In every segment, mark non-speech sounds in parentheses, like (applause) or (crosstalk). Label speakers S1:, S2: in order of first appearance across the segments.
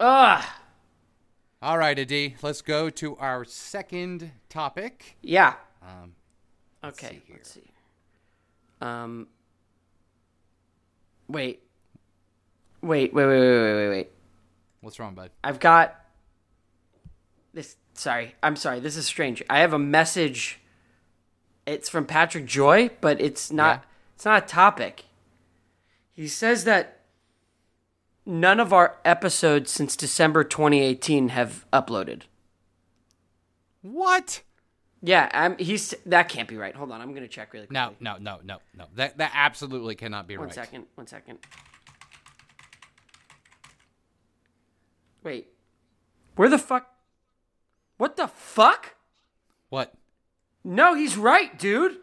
S1: Ugh.
S2: All right, Adi, let's go to our second topic.
S1: Yeah.
S2: Um, let's
S1: Okay.
S2: see here.
S1: Let's see. Um. Wait. Wait. Wait. Wait. Wait. Wait. Wait. Wait.
S2: What's wrong, bud?
S1: I've got this. Sorry, I'm sorry. This is strange. I have a message. It's from Patrick Joy, but it's not.
S2: Yeah.
S1: It's not a topic. He says that none of our episodes since December 2018 have uploaded.
S2: What?
S1: Yeah, I'm, he's that can't be right. Hold on, I'm gonna check really quick.
S2: No, no, no, no, no. That that absolutely cannot be
S1: One
S2: right.
S1: second, One second. Wait, where the fuck? What the fuck?
S2: What?
S1: No, he's right, dude.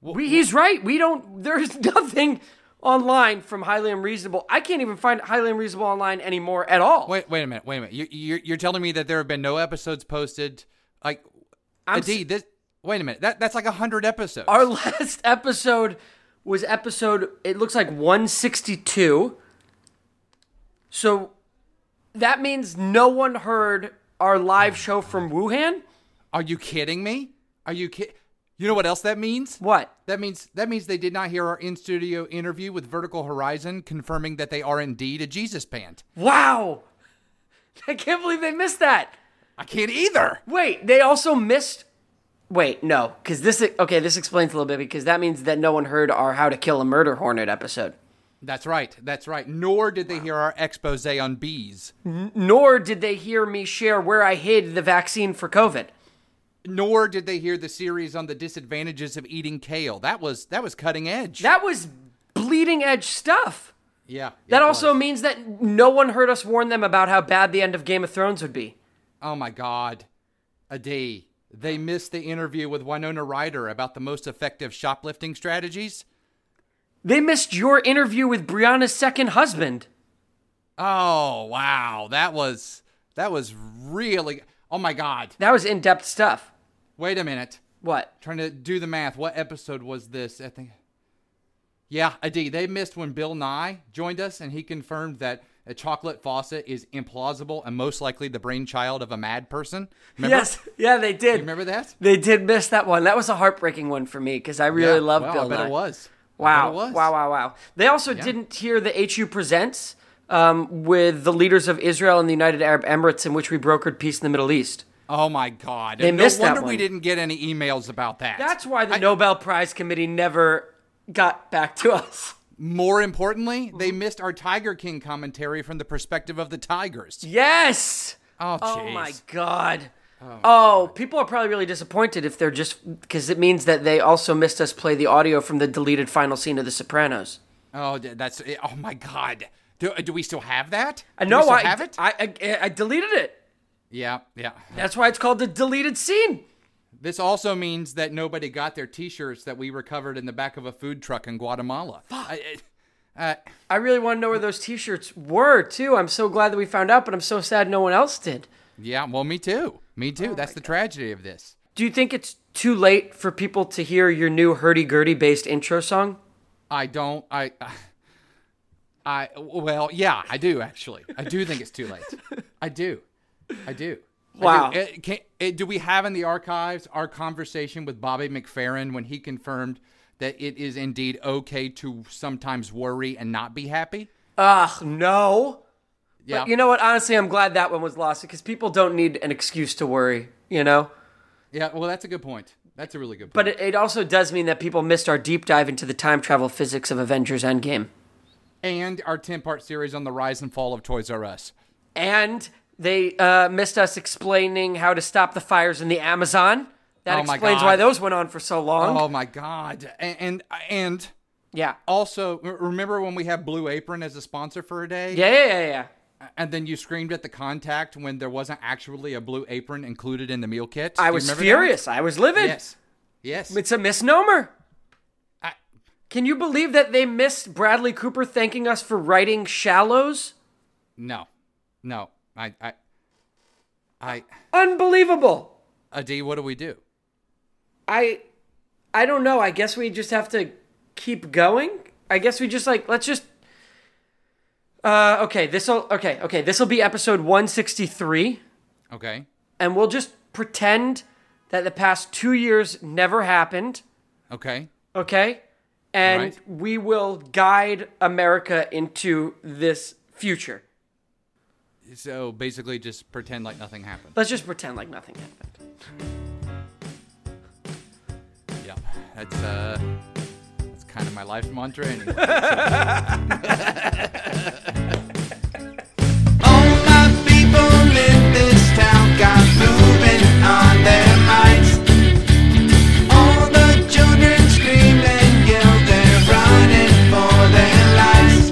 S2: Wha-
S1: We, he's right. We don't. There's (laughs) nothing online from Highly Unreasonable. I can't even find Highly Unreasonable online anymore at all.
S2: Wait, wait a minute. Wait a minute. You, you're you're telling me that there have been no episodes posted? Like,
S1: I'm
S2: Adi,
S1: s-
S2: this. Wait a minute. That that's like a hundred episodes.
S1: Our (laughs) last episode was episode. It looks like 162. So that means no one heard our live show from Wuhan.
S2: Are you kidding me? Are you kid? You know what else that means?
S1: What?
S2: That means that means they did not hear our in studio interview with Vertical Horizon, confirming that they are indeed a Jesus band.
S1: Wow! (laughs) I can't believe they missed that.
S2: I can't either.
S1: Wait, they also missed. Wait, no, because this okay. This explains a little bit because that means that no one heard our "How to Kill a Murder Hornet" episode,
S2: That's right. That's right. Nor did they hear our expose on bees.
S1: nor did they hear me share where I hid the vaccine for COVID.
S2: Nor did they hear the series on the disadvantages of eating kale. That was that was cutting edge.
S1: That was bleeding edge stuff.
S2: yeah.
S1: That
S2: it
S1: also
S2: was.
S1: means that no one heard us warn them about how bad the end of Game of Thrones would be.
S2: Oh my God. A D. They missed the interview with Winona Ryder about the most effective shoplifting strategies.
S1: They missed your interview with Brianna's second husband.
S2: Oh wow, that was that was really. Oh my God.
S1: That was in depth stuff.
S2: Wait a minute.
S1: What?
S2: Trying to do the math. What episode was this? I think. Yeah, I did. They missed when Bill Nye joined us, and he confirmed that a chocolate faucet is implausible and most likely the brainchild of a mad person. Remember?
S1: Yes, (laughs) yeah, they did.
S2: Remember that?
S1: They did miss that one. That was a heartbreaking one for me because I really
S2: Yeah.
S1: love
S2: Well,
S1: Bill
S2: I bet
S1: Nye.
S2: it was. I bet
S1: Wow.
S2: it was.
S1: Wow, wow, wow. They also didn't hear the HU Presents um, with the leaders of Israel and the United Arab Emirates, in which we brokered peace in the Middle East.
S2: Oh my God!
S1: They
S2: no
S1: missed that
S2: wonder we
S1: one.
S2: didn't get any emails about that.
S1: That's why the Nobel Prize Committee never got back to us. (laughs)
S2: More importantly, they
S1: Mm-hmm.
S2: missed our Tiger King commentary from the perspective of the tigers.
S1: Yes!
S2: Oh,
S1: Oh,
S2: jeez.
S1: my God. Oh, people are probably really disappointed if they're just because it means that they also missed us play the audio from the deleted final scene of The Sopranos.
S2: Oh, d- that's. eh, Oh my God. Do, do we still have that?
S1: I
S2: Do
S1: know
S2: we still
S1: Uh, I
S2: have it.
S1: I, I I deleted it.
S2: yeah, yeah.
S1: That's why it's called the deleted scene.
S2: This also means that nobody got their T-shirts that we recovered in the back of a food truck in Guatemala. I- it- uh,
S1: I really want to know where those T-shirts were too. I'm so glad that we found out, but I'm so sad no one else did.
S2: yeah, well, me too. Me too.
S1: Oh
S2: that's the tragedy of this.
S1: Do you think it's too late for people to hear your new hurdy gurdy based intro song?
S2: I don't. I. I well, yeah, I do actually. I do think it's too late. I do. I do. I do.
S1: Wow.
S2: Eh, can, eh, do we have in the archives our conversation with Bobby McFerrin when he confirmed that it is indeed okay to sometimes worry and not be happy?
S1: Ugh, no.
S2: Yeah.
S1: You know what? Honestly, I'm glad that one was lost because people don't need an excuse to worry. You know.
S2: yeah. Well, that's a good point. That's a really good point.
S1: But it, it also does mean that people missed our deep dive into the time travel physics of Avengers Endgame,
S2: and our 10 part series on the rise and fall of Toys R Us.
S1: and they uh, missed us explaining how to stop the fires in the Amazon. That
S2: Oh my
S1: explains
S2: God.
S1: why those went on for so long.
S2: Oh my God. And, and, and
S1: Yeah.
S2: also, re- remember when we had Blue Apron as a sponsor for a day?
S1: Yeah, yeah, yeah, yeah.
S2: And then you screamed at the contact when there wasn't actually a Blue Apron included in the meal kit? Do
S1: I
S2: you
S1: was
S2: remember
S1: furious. I was livid.
S2: That? Yes. Yes.
S1: It's a misnomer.
S2: I-
S1: Can you believe that they missed Bradley Cooper thanking us for writing Shallows?
S2: no. No. I, I, I,
S1: Unbelievable.
S2: Adi, what do we do?
S1: I I don't know. I guess we just have to keep going. I guess we just like let's just Uh, okay, this will okay, okay, this will be episode 163
S2: Okay.
S1: and we'll just pretend that the past 2 years never happened,
S2: Okay.
S1: okay? And
S2: Right.
S1: we will guide America into this future.
S2: So basically, just pretend like nothing happened.
S1: Let's just pretend like nothing happened.
S2: Yeah. That's uh, that's kind of my life mantra anyway.
S3: All my people in this town got moving on their minds. All the children scream and yell, they're running for their lives.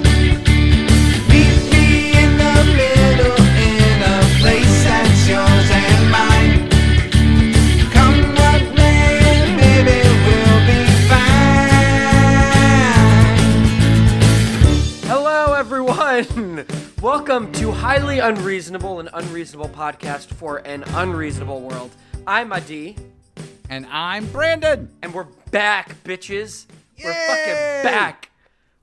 S3: Meet me in the middle in a place that's yours and mine. Come what may, maybe we'll be fine.
S1: Hello everyone. (laughs) Welcome to Highly Unreasonable an unreasonable podcast for an unreasonable world. I'm Adi
S2: (laughs) and I'm Brandon.
S1: and we're back, bitches. We're
S2: Yay!
S1: fucking back.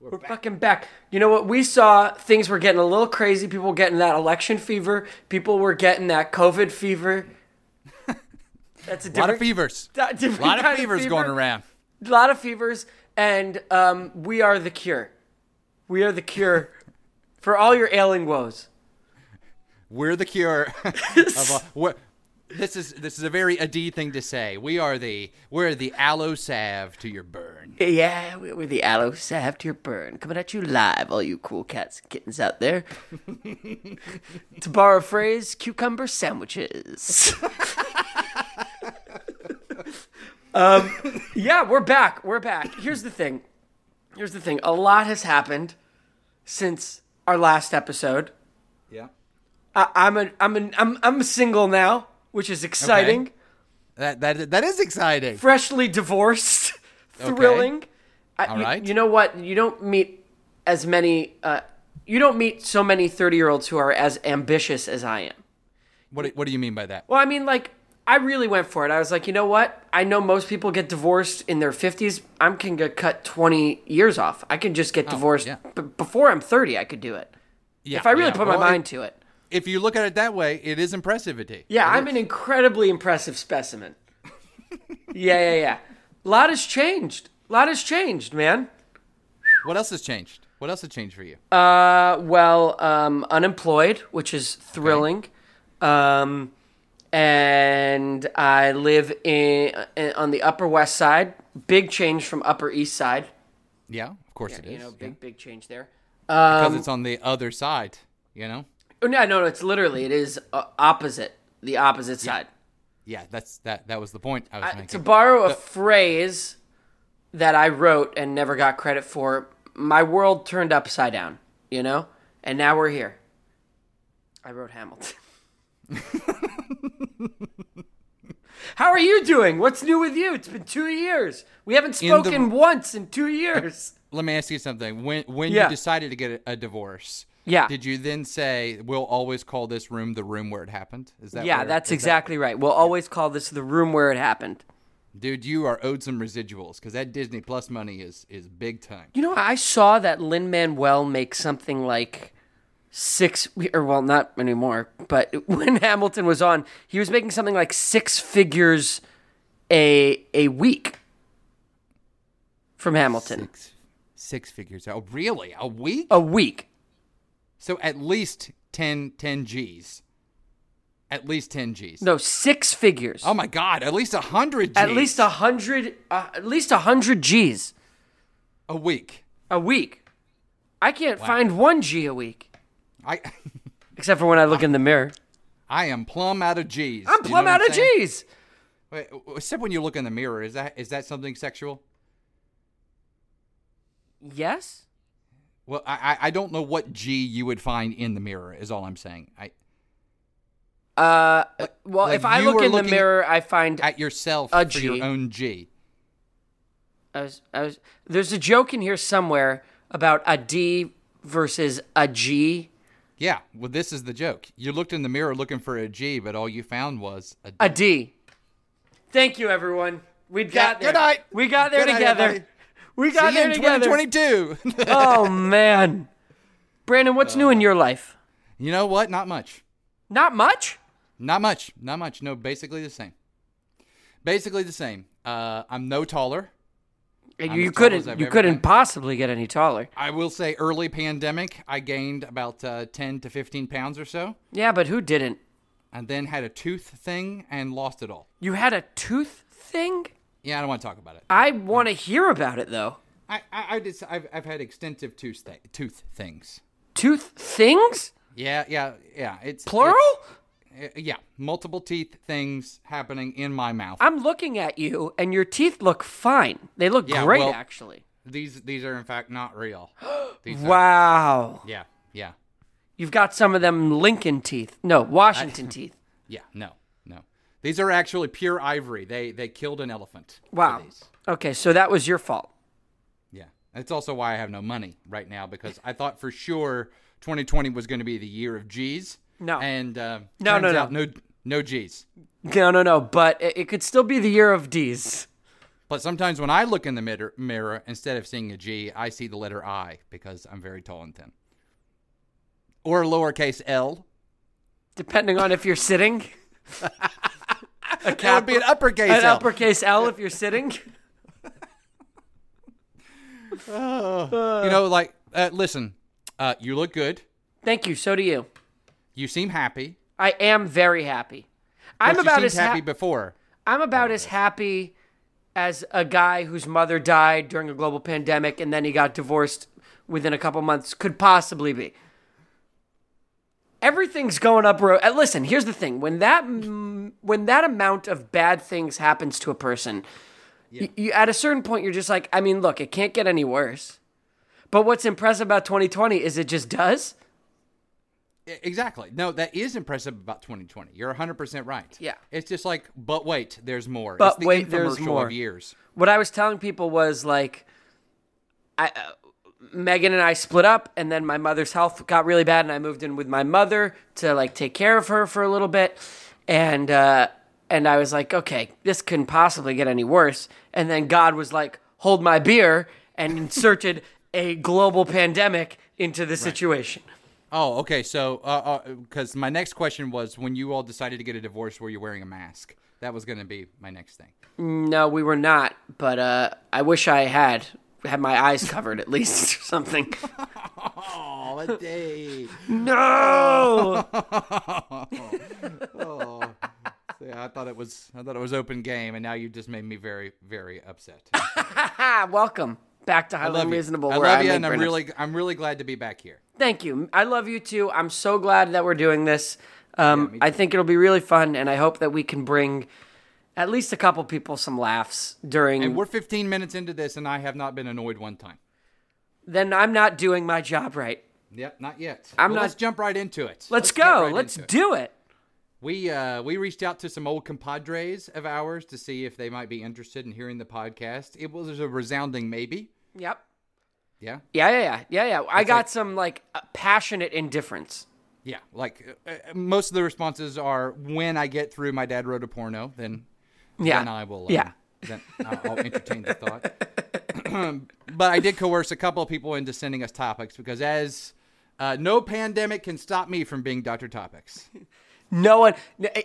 S1: We're, fucking back. You know what? We saw things were getting a little crazy. People were getting that election fever. People were getting that COVID
S2: (laughs)
S1: fever. That's a
S2: A lot
S1: different (laughs)
S2: of fevers.
S1: that- different
S2: A lot of
S1: kind
S2: fevers
S1: fever.
S2: going around.
S1: A lot of fevers, and um, we are the cure. We are the cure for all your ailing woes.
S2: We're the cure. (laughs)
S1: (laughs)
S2: of all- we're- this is this is a very Adi thing to say. We are the we're the aloe salve to your burn.
S1: Yeah, we- we're the aloe salve to your burn. Coming at you live, all you cool cats and kittens out
S2: (laughs)
S1: there. to borrow a phrase, cucumber
S2: (laughs)
S1: sandwiches. um, Um, yeah, we're back. We're back. Here's the thing. Here's the thing. A lot has happened since our last episode.
S2: Yeah.
S1: I, I'm a, I'm a, I'm I'm single now, which is exciting.
S2: Okay. That that that is exciting.
S1: Freshly divorced, (laughs) thrilling. I, you,
S2: right.
S1: you know what? You don't meet as many. Uh, you don't meet so many thirty-year-olds who are as ambitious as I am.
S2: What do- what do you mean by that?
S1: Well, I mean, like, I really went for it. I was like, you know what? I know most people get divorced in their 50s. I can get cut 20 years off. I can just get divorced
S2: Oh, yeah.
S1: b- before I'm 30. I could do it.
S2: Yeah,
S1: If I really
S2: yeah.
S1: put
S2: Well,
S1: my
S2: if-
S1: mind to it.
S2: If you look at it that way, it is impressive, Adi.
S1: Yeah, I'm an incredibly impressive specimen. (laughs) yeah, yeah, yeah. A lot has changed. A lot has changed, man.
S2: What else has changed? What else has changed for you?
S1: Uh, well, um, unemployed, which is thrilling. Um, and I live in, in on the Upper West Side. Big change from Upper East Side.
S2: yeah, of course it is.
S1: You know,
S2: yeah.
S1: big big change there. Um,
S2: because it's on the other side, you know?
S1: Oh, no, no, no. It's literally it is uh, opposite the opposite side.
S2: Yeah, that's that that was the point I was
S1: I-
S2: making.
S1: to borrow a phrase that I wrote and never got credit for, my world turned upside down, you know? And now we're here. I wrote Hamilton. (laughs) How are you doing? What's new with you? It's been two years. We haven't
S2: the-
S1: spoken once in two years.
S2: Let me ask you something. When when
S1: Yeah.
S2: you decided to get a, a divorce,
S1: Yeah.
S2: did you then say we'll always call this room the room where it happened? Is that
S1: Yeah,
S2: where-
S1: that's
S2: is that-
S1: exactly right. We'll always call this the room where it happened.
S2: dude? You are owed some residuals because that Disney Plus money is is big time.
S1: You know, I saw that Lin Manuel make something like six, or well, not anymore, but (laughs) when Hamilton was on, he was making something like six figures a a week from Hamilton.
S2: Six six figures. Oh, really? A week?
S1: A week.
S2: So at least 10, 10 G's. At least ten G's.
S1: No, six figures.
S2: Oh my God! At least a hundred.
S1: at
S2: Gs
S1: least a hundred. Uh, at least a hundred G's
S2: a week.
S1: a week. I can't find one G a week,
S2: I (laughs)
S1: except for when I look in the mirror.
S2: I am plumb out of G's.
S1: I'm plumb out of G's.
S2: Wait, except when you look in the mirror, is that is that something sexual?
S1: Yes.
S2: Well, I I- I don't know what G you would find in the mirror. Is all I'm saying. I
S1: Uh, well,
S2: like
S1: if I
S2: you
S1: look
S2: were
S1: in the
S2: looking
S1: mirror, I find
S2: at yourself
S1: A
S2: for your
S1: G.
S2: own G.
S1: I was, I was, there's a joke in here somewhere about a D versus a G.
S2: Yeah. Well, this is the joke. You looked in the mirror looking for a G, but all you found was a D.
S1: A D. Thank you, everyone. We got there.
S2: good night.
S1: We got there
S2: Good night,
S1: together.
S2: everybody.
S1: we got
S2: See you
S1: there
S2: in
S1: together.
S2: 2022.
S1: oh man, Brandon, what's new in your life?
S2: (laughs) You know what? Not much.
S1: Not much.
S2: Not much. Not much. No, basically the same. Basically the same. Uh, I'm no taller.
S1: And
S2: I'm
S1: you
S2: as tall as
S1: couldn't.
S2: I've
S1: You
S2: ever
S1: couldn't
S2: been.
S1: possibly get any taller.
S2: I will say, early pandemic, I gained about uh, 10 to 15 pounds or so,
S1: Yeah, but who didn't?
S2: and then had a tooth thing and lost it all.
S1: You had a tooth thing.
S2: Yeah, I don't want to talk about it.
S1: I want to hear about it though.
S2: I, I, I just, I've, I've had extensive tooth, th- tooth things.
S1: Tooth things?
S2: Yeah, yeah, yeah. It's
S1: Plural?
S2: it's- yeah, multiple teeth things happening in my mouth.
S1: I'm looking at you, and your teeth look fine. They look
S2: Yeah,
S1: great,
S2: well-
S1: actually.
S2: These, these are in fact not real. (gasps) These are-
S1: Wow.
S2: yeah, yeah,
S1: You've got some of them Lincoln teeth. No, Washington
S2: (laughs)
S1: teeth.
S2: yeah. No, no. These are actually pure ivory. They, they killed an elephant. for
S1: Wow.
S2: these.
S1: Okay, so that was your fault.
S2: Yeah. That's also why I have no money right now because I thought for sure 2020 was going to be the year of G's.
S1: No.
S2: And uh,
S1: No,
S2: turns
S1: no, no.
S2: out no, no G's.
S1: No, no, no. But it, it could still be the year of D's.
S2: But sometimes when I look in the mirror, mirror, instead of seeing a G, I see the letter I because I'm very tall and thin. Or lowercase L.
S1: depending on if you're
S2: (laughs)
S1: sitting. a
S2: That would be an uppercase
S1: an
S2: L.
S1: uppercase L if you're
S2: (laughs)
S1: sitting.
S2: you know, like, uh, listen, uh, you look good.
S1: Thank you. So do you.
S2: You seem happy.
S1: I am very happy.
S2: Of
S1: I'm
S2: course,
S1: about
S2: you
S1: as
S2: seemed happy
S1: happy.
S2: before.
S1: I'm about as happy as a guy whose mother died during a global pandemic and then he got divorced within a couple months could possibly be. Everything's going up. Ro- uh, listen, here's the thing: when that mm, when that amount of bad things happens to a person, y- you, at a certain point you're just like, I mean, look, it can't get any worse. But what's impressive about 2020 is it just does.
S2: E- Exactly. No, that is impressive about 2020. You're 100% right.
S1: Yeah.
S2: It's just like, but wait, there's more.
S1: But
S2: it's the
S1: wait, there's
S2: infomercial
S1: more.
S2: Of years.
S1: what I was telling people was like, I, uh, Megan and I split up, and then my mother's health got really bad, and I moved in with my mother to like take care of her for a little bit, and uh, and I was like, okay, this couldn't possibly get any worse, and then God was like, hold my beer, and inserted (laughs) a global pandemic into the situation.
S2: Oh, okay. So, because my next question was when you all decided to get a divorce, were you wearing a mask? That was going to be my next thing.
S1: No, we were not, but uh, I wish I had had my eyes covered at least (laughs) or something.
S2: Oh, a day.
S1: No.
S2: (laughs) yeah, I thought it was. I thought it was open game, and now you just made me very, very upset.
S1: Ah, welcome back to Highly
S2: love you.
S1: Unreasonable.
S2: I
S1: where
S2: love you,
S1: make
S2: and I'm
S1: Brandon-
S2: really, I'm really glad to be back here.
S1: Thank you. I love you too. I'm so glad that we're doing this. Um,
S2: me
S1: I think it'll be really fun, and I hope that we can bring at least a couple people some laughs during.
S2: And we're 15 minutes into this, and I have not been annoyed one time.
S1: then I'm not doing my job right.
S2: Yep, not yet.
S1: I'm
S2: Well,
S1: not-
S2: Let's jump right into it.
S1: Let's,
S2: get
S1: go.
S2: right
S1: Let's
S2: into it.
S1: do it.
S2: We uh, we reached out to some old compadres of ours to see if they might be interested in hearing the podcast. It was a resounding maybe.
S1: Yep.
S2: Yeah,
S1: Yeah, yeah, yeah, yeah, yeah. I got some like uh, passionate indifference.
S2: yeah. Like uh, uh, most of the responses are when I get through my dad wrote a porno, then
S1: Yeah.
S2: then I will. um,
S1: Yeah.
S2: Then I'll I'll entertain the thought. (clears throat) but I did coerce a couple of people into sending us topics because as uh, no pandemic can stop me from being Doctor Topics.
S1: No one.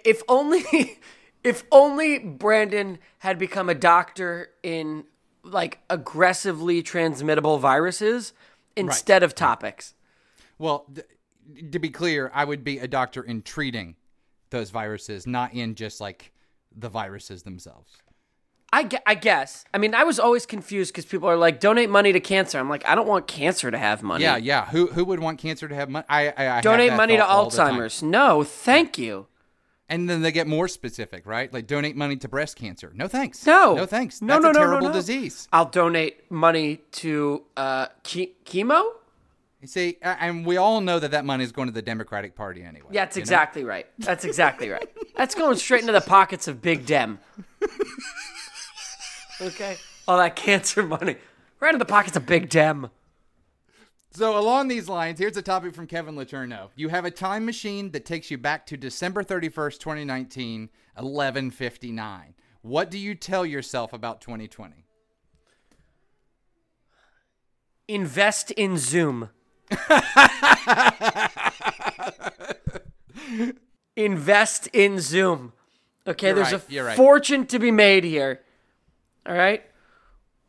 S1: If only, (laughs) if only Brandon had become a doctor in like aggressively transmittable viruses instead of topics.
S2: Well, th- to be clear, I would be a doctor in treating those viruses, not in just like the viruses themselves.
S1: I, gue- I guess. I mean, I was always confused because people are like, donate money to cancer. I'm like, I don't want cancer to have money.
S2: Yeah, yeah. Who who would want cancer to have money? I, I, I have
S1: Donate
S2: that
S1: money to
S2: thought all the time.
S1: Alzheimer's. No, thank you.
S2: And then they get more specific, right? Like donate money to breast cancer. No thanks.
S1: No.
S2: No thanks.
S1: No,
S2: That's
S1: no,
S2: a
S1: no, no,
S2: terrible
S1: no.
S2: disease.
S1: I'll donate money to uh, che- chemo.
S2: You see, a- and we all know that that money is going to the Democratic Party anyway.
S1: Yeah, That's
S2: you know?
S1: exactly right. That's exactly right. That's going straight into the pockets of Big Dem. Okay. All that cancer money. Right into the pockets of Big Dem.
S2: So along these lines, here's a topic from Kevin Letourneau. You have a time machine that takes you back to December 31st, 2019, 11:59. What do you tell yourself about 2020?
S1: Invest in Zoom. Invest in Zoom. Okay, there's
S2: right,
S1: a
S2: you're right.
S1: fortune to be made here. All right?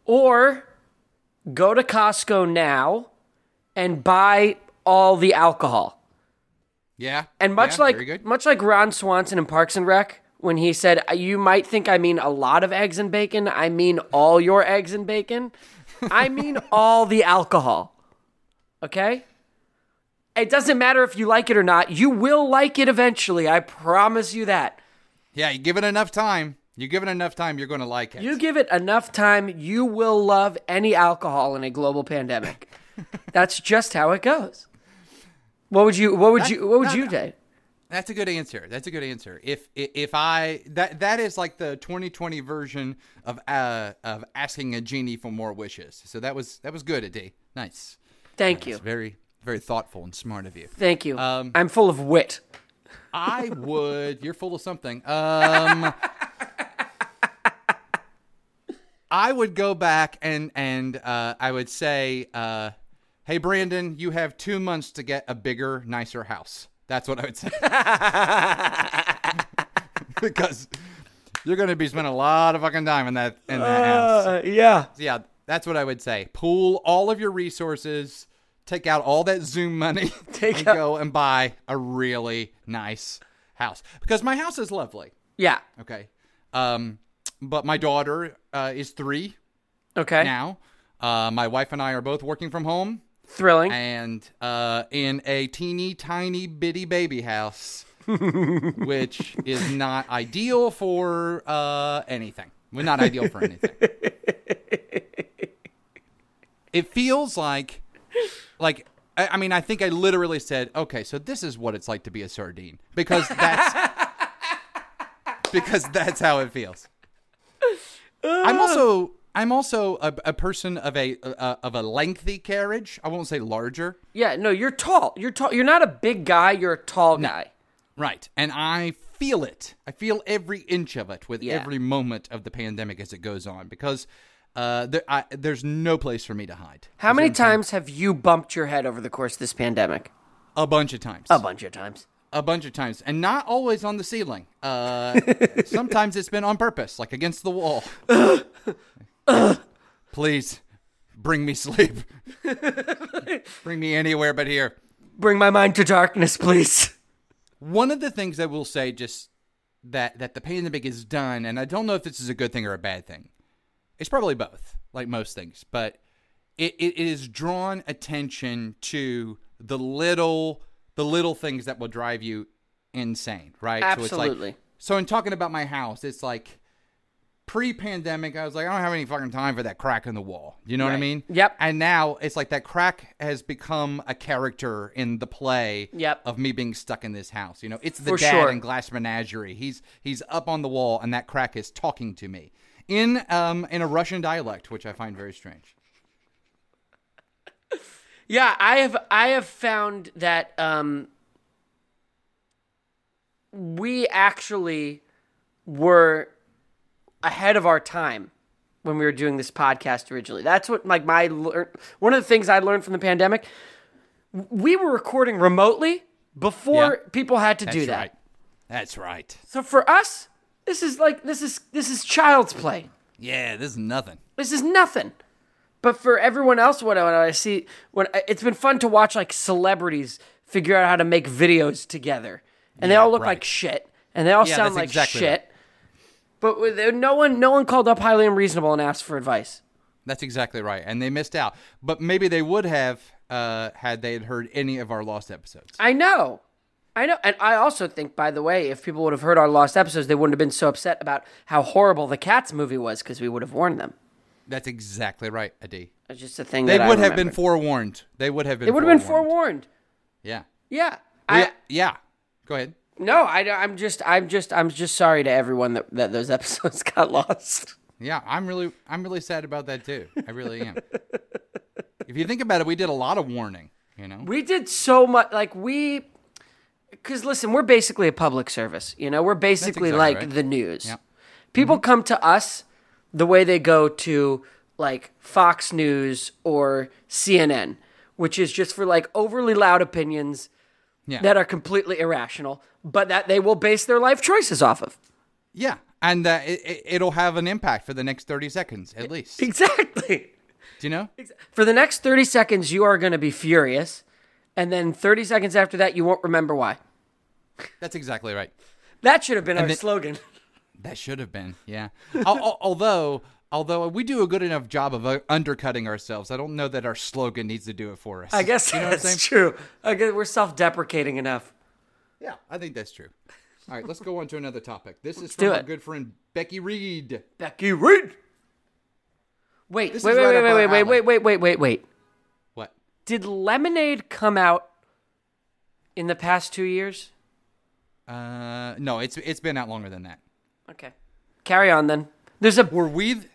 S1: Or go to Costco now and buy all the alcohol.
S2: Yeah.
S1: And much
S2: yeah, very
S1: like
S2: good.
S1: much like Ron Swanson in Parks and Rec, when he said, "Uh, "You might think I mean a lot of eggs and bacon. I mean all your eggs and bacon. I
S2: (laughs)
S1: mean all the alcohol." Okay. It doesn't matter if you like it or not. You will like it eventually. I promise you that.
S2: yeah, you give it enough time. You give it enough time, you're going to like it.
S1: You give it enough time, you will love any alcohol in a global
S2: (laughs)
S1: pandemic. That's just how it goes. What would you? What would you? What would you do?
S2: That's a good answer. That's a good answer. If i- if I that that is like the 2020 version of uh of asking a genie for more wishes. So that was that was good, Adi. Nice.
S1: Thank you.
S2: It's very very thoughtful and
S1: (laughs)
S2: smart of you.
S1: Thank you.
S2: Um,
S1: I'm full of wit.
S2: I would. You're full of something.
S1: (laughs)
S2: Um, I would go back and and uh, I would say, uh, "Hey, Brandon, you have two months to get a bigger, nicer house." That's what I
S1: (laughs)
S2: would say. (laughs) because you're going to be spending a lot of fucking time in that in
S1: Uh,
S2: that house.
S1: yeah.
S2: Yeah, that's what I would say. Pool all of your resources, take out all that Zoom money, (laughs)
S1: Take
S2: and
S1: out-
S2: go and buy a really nice house because my house is lovely.
S1: Yeah.
S2: Okay, um, but my daughter uh, is three
S1: Okay.
S2: now. Uh, my wife and I are both working from home
S1: Thrilling.
S2: and uh, in a teeny tiny bitty baby house, which is not ideal for uh, anything. We're not ideal for anything. it feels like, like I, I mean, I think I literally said, "Okay, so this is what it's like to be a sardine," because that's because that's how it feels. I'm also I'm also a, a person of a, a of a lengthy carriage. I won't say larger.
S1: yeah. No, you're tall. You're tall. You're not a big guy. You're a tall guy.
S2: Right. And I feel it. I feel every inch of it with
S1: Yeah.
S2: every moment of the pandemic as it goes on because uh, there, I, there's no place for me to hide.
S1: How many times have you bumped your head over the course of this pandemic?
S2: A bunch of times.
S1: A bunch of times.
S2: a bunch of times. And not always on the ceiling.
S1: (laughs)
S2: Uh, sometimes it's been on purpose, like against the wall. Please bring
S1: (laughs)
S2: me sleep. bring me anywhere but here.
S1: Bring my mind to darkness, please. (laughs)
S2: one of the things I will say just that that the pandemic is done, and I don't know if this is a good thing or a bad thing. It's probably both, like most things, but it, it is drawn attention to the little the little things that will drive you insane, right? So, it's
S1: Absolutely.
S2: like, so in talking about my house, it's like pre-pandemic, I was like, I don't have any fucking time for that crack in the wall. You know what I
S1: Right.
S2: mean?
S1: Yep.
S2: And now it's like that crack has become a character in the play
S1: Yep.
S2: of me being stuck in this house. You know, it's the
S1: For
S2: dad
S1: sure.
S2: in Glass Menagerie. He's he's up on the wall, and that crack is talking to me in um in a Russian dialect, which I find very strange.
S1: Yeah, I have I have found that um we actually were ahead of our time when we were doing this podcast originally. That's what like my lear- one of the things I learned from the pandemic. We were recording remotely before
S2: Yeah.
S1: people had to
S2: That's
S1: do that.
S2: right. That's right.
S1: So for us, this is like this is this is child's play.
S2: Yeah, this is nothing.
S1: This is nothing. But for everyone else, what I, what I see, when I- it's been fun to watch like celebrities figure out how to make videos together, and they all look
S2: right.
S1: like shit, and they all
S2: Yeah,
S1: sound
S2: that's
S1: like
S2: exactly
S1: shit. But with- uh, no one, no one called up highly unreasonable and asked for advice.
S2: That's exactly right, and they missed out. But maybe they would have uh, had they had heard any of our lost episodes.
S1: I know, I know, and I also think, by the way, if people would have heard our lost episodes, they wouldn't have been so upset about how horrible the Cats movie was because we would have warned them.
S2: That's exactly right, Adi.
S1: It's just a thing
S2: They
S1: that I
S2: would have been
S1: remembered.
S2: forewarned. They would have been.
S1: They would have been forewarned.
S2: Yeah.
S1: Yeah,
S2: Yeah.
S1: I,
S2: yeah. Go ahead.
S1: No, I, am just, I'm just, I'm just sorry to everyone that, that those (laughs) episodes got lost.
S2: Yeah, I'm really, I'm really sad about that too. I really am. if you think about it, we did a lot of warning. You know.
S1: We did so much, like we, because listen, we're basically a public service. You know, we're basically
S2: exactly
S1: like
S2: right. Mm-hmm.
S1: the news.
S2: Yep.
S1: People come to us the way they go to like Fox News or CNN. which is just for like overly loud opinions
S2: Yeah.
S1: that are completely irrational, but that they will base their life choices off of. (laughs)
S2: yeah. And uh, it, it, it'll have an impact for the next 30 seconds at least. Do
S1: Exactly.
S2: you know?
S1: For the next 30 seconds, you are going to be furious. And then 30 seconds after that, you won't remember why.
S2: That's exactly right.
S1: That should have been our
S2: then- (laughs)
S1: slogan.
S2: That should have been, yeah. Al- al- although, although we do a good enough job of uh, undercutting ourselves, I don't know that our slogan needs to do it for us.
S1: I guess
S2: you know what I'm saying.
S1: that's true. I guess we're self deprecating enough.
S2: Yeah, I think that's true. All right, let's go on to another topic. This is
S1: do
S2: from our
S1: it.
S2: good friend Becky Reed.
S1: Becky Reed. Wait,
S2: This
S1: wait,
S2: is
S1: wait,
S2: right up
S1: wait, wait,
S2: our
S1: wait,
S2: alley.
S1: wait, wait, wait, wait, wait.
S2: What?
S1: Did Lemonade come out in the past two years?
S2: Uh, no, it's it's been out longer than that.
S1: Okay. Carry on then. There's a
S2: Were we th-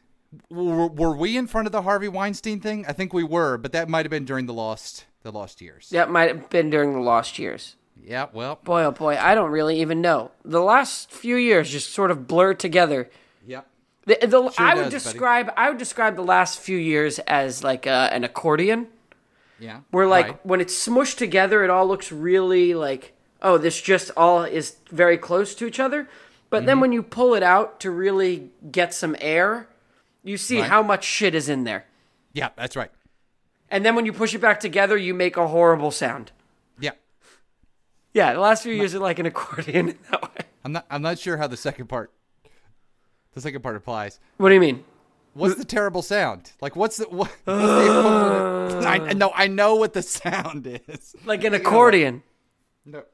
S2: were, were we in front of the Harvey Weinstein thing? I think we were, but that might have been during the lost the lost years.
S1: that might have been during the lost years.
S2: Yeah. Well.
S1: Boy, oh boy, I don't really even know. The last few years just sort of blur together.
S2: Yep.
S1: The, the, I would
S2: does, buddy.
S1: describe I would describe the last few years as like uh, an accordion.
S2: Yeah.
S1: Where like
S2: Right.
S1: when it's smushed together, it all looks really like oh, this just all is very close to each other. But
S2: Mm-hmm.
S1: then when you pull it out to really get some air, you see
S2: Right.
S1: how much shit is in there.
S2: Yeah, that's right.
S1: And then when you push it back together, you make a horrible sound.
S2: Yeah.
S1: Yeah, the last few years are like an accordion (laughs) in that way.
S2: I'm not I'm not sure how the second part the second part applies.
S1: What do you mean?
S2: What's the terrible sound? Like what's the what, what's the equivalent? I no, I know what the sound is.
S1: Like an accordion.
S2: No.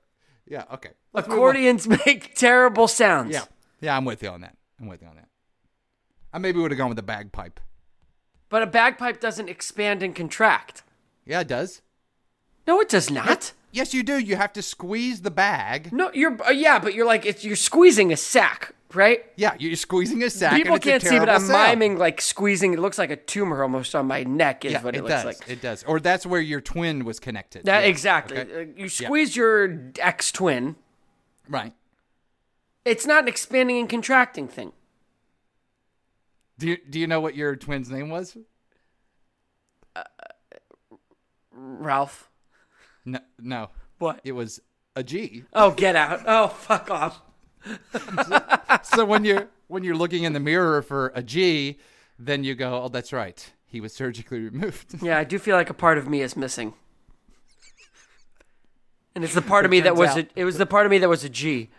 S2: Yeah, okay. Let's move on.
S1: Accordions (laughs) make terrible sounds.
S2: Yeah. Yeah, I'm with you on that. I'm with you on that. I maybe would have gone with the bagpipe.
S1: But a bagpipe doesn't expand and contract.
S2: Yeah, it does.
S1: No, it does not.
S2: Yes, you do. You have to squeeze the bag.
S1: No, you're uh, yeah, but you're like it's you're squeezing a sack, right?
S2: Yeah, you're squeezing a sack.
S1: People
S2: and it's a
S1: can't see, but
S2: terrible
S1: I'm
S2: sound.
S1: miming like squeezing. It looks like a tumor almost on my neck. Is
S2: Yeah,
S1: what it,
S2: it,
S1: looks
S2: does.
S1: like.
S2: It does. Or that's where your twin was connected.
S1: that
S2: Yeah,
S1: exactly.
S2: okay.
S1: Uh, You squeeze your ex twin.
S2: Right.
S1: It's not an expanding and contracting thing.
S2: Do you, do you know what your twin's name was?
S1: Ralph,
S2: No, no.
S1: what?
S2: It was a G.
S1: Oh, get out! Oh, fuck off!
S2: so when you're when you're looking in the mirror for a G, then you go, "Oh, that's right. He was surgically removed." (laughs)
S1: Yeah, I do feel like a part of me is missing, and it's the part of me that
S2: turns
S1: was
S2: out.
S1: a, it was the part of me that was a G.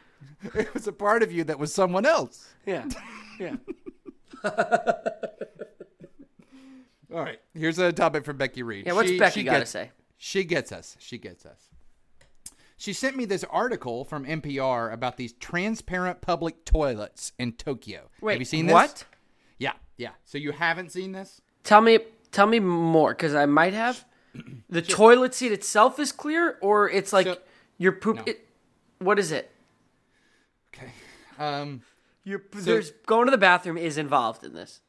S2: it was a part of you that was someone else.
S1: Yeah, yeah.
S2: All right. Here's a topic from Becky Reed.
S1: Yeah, what's
S2: She-
S1: Becky
S2: she
S1: gotta
S2: gets-
S1: say?
S2: She gets us. She gets us. She sent me this article from NPR about these transparent public toilets in Tokyo. Have you seen this?
S1: What?
S2: Yeah, yeah. So you haven't seen this?
S1: Tell me, tell me more, because I might have. The toilet seat itself is clear, or it's like
S2: So-
S1: your poop.
S2: No.
S1: It, what is it?
S2: Okay. Um.
S1: Your there's going to the bathroom is involved in this.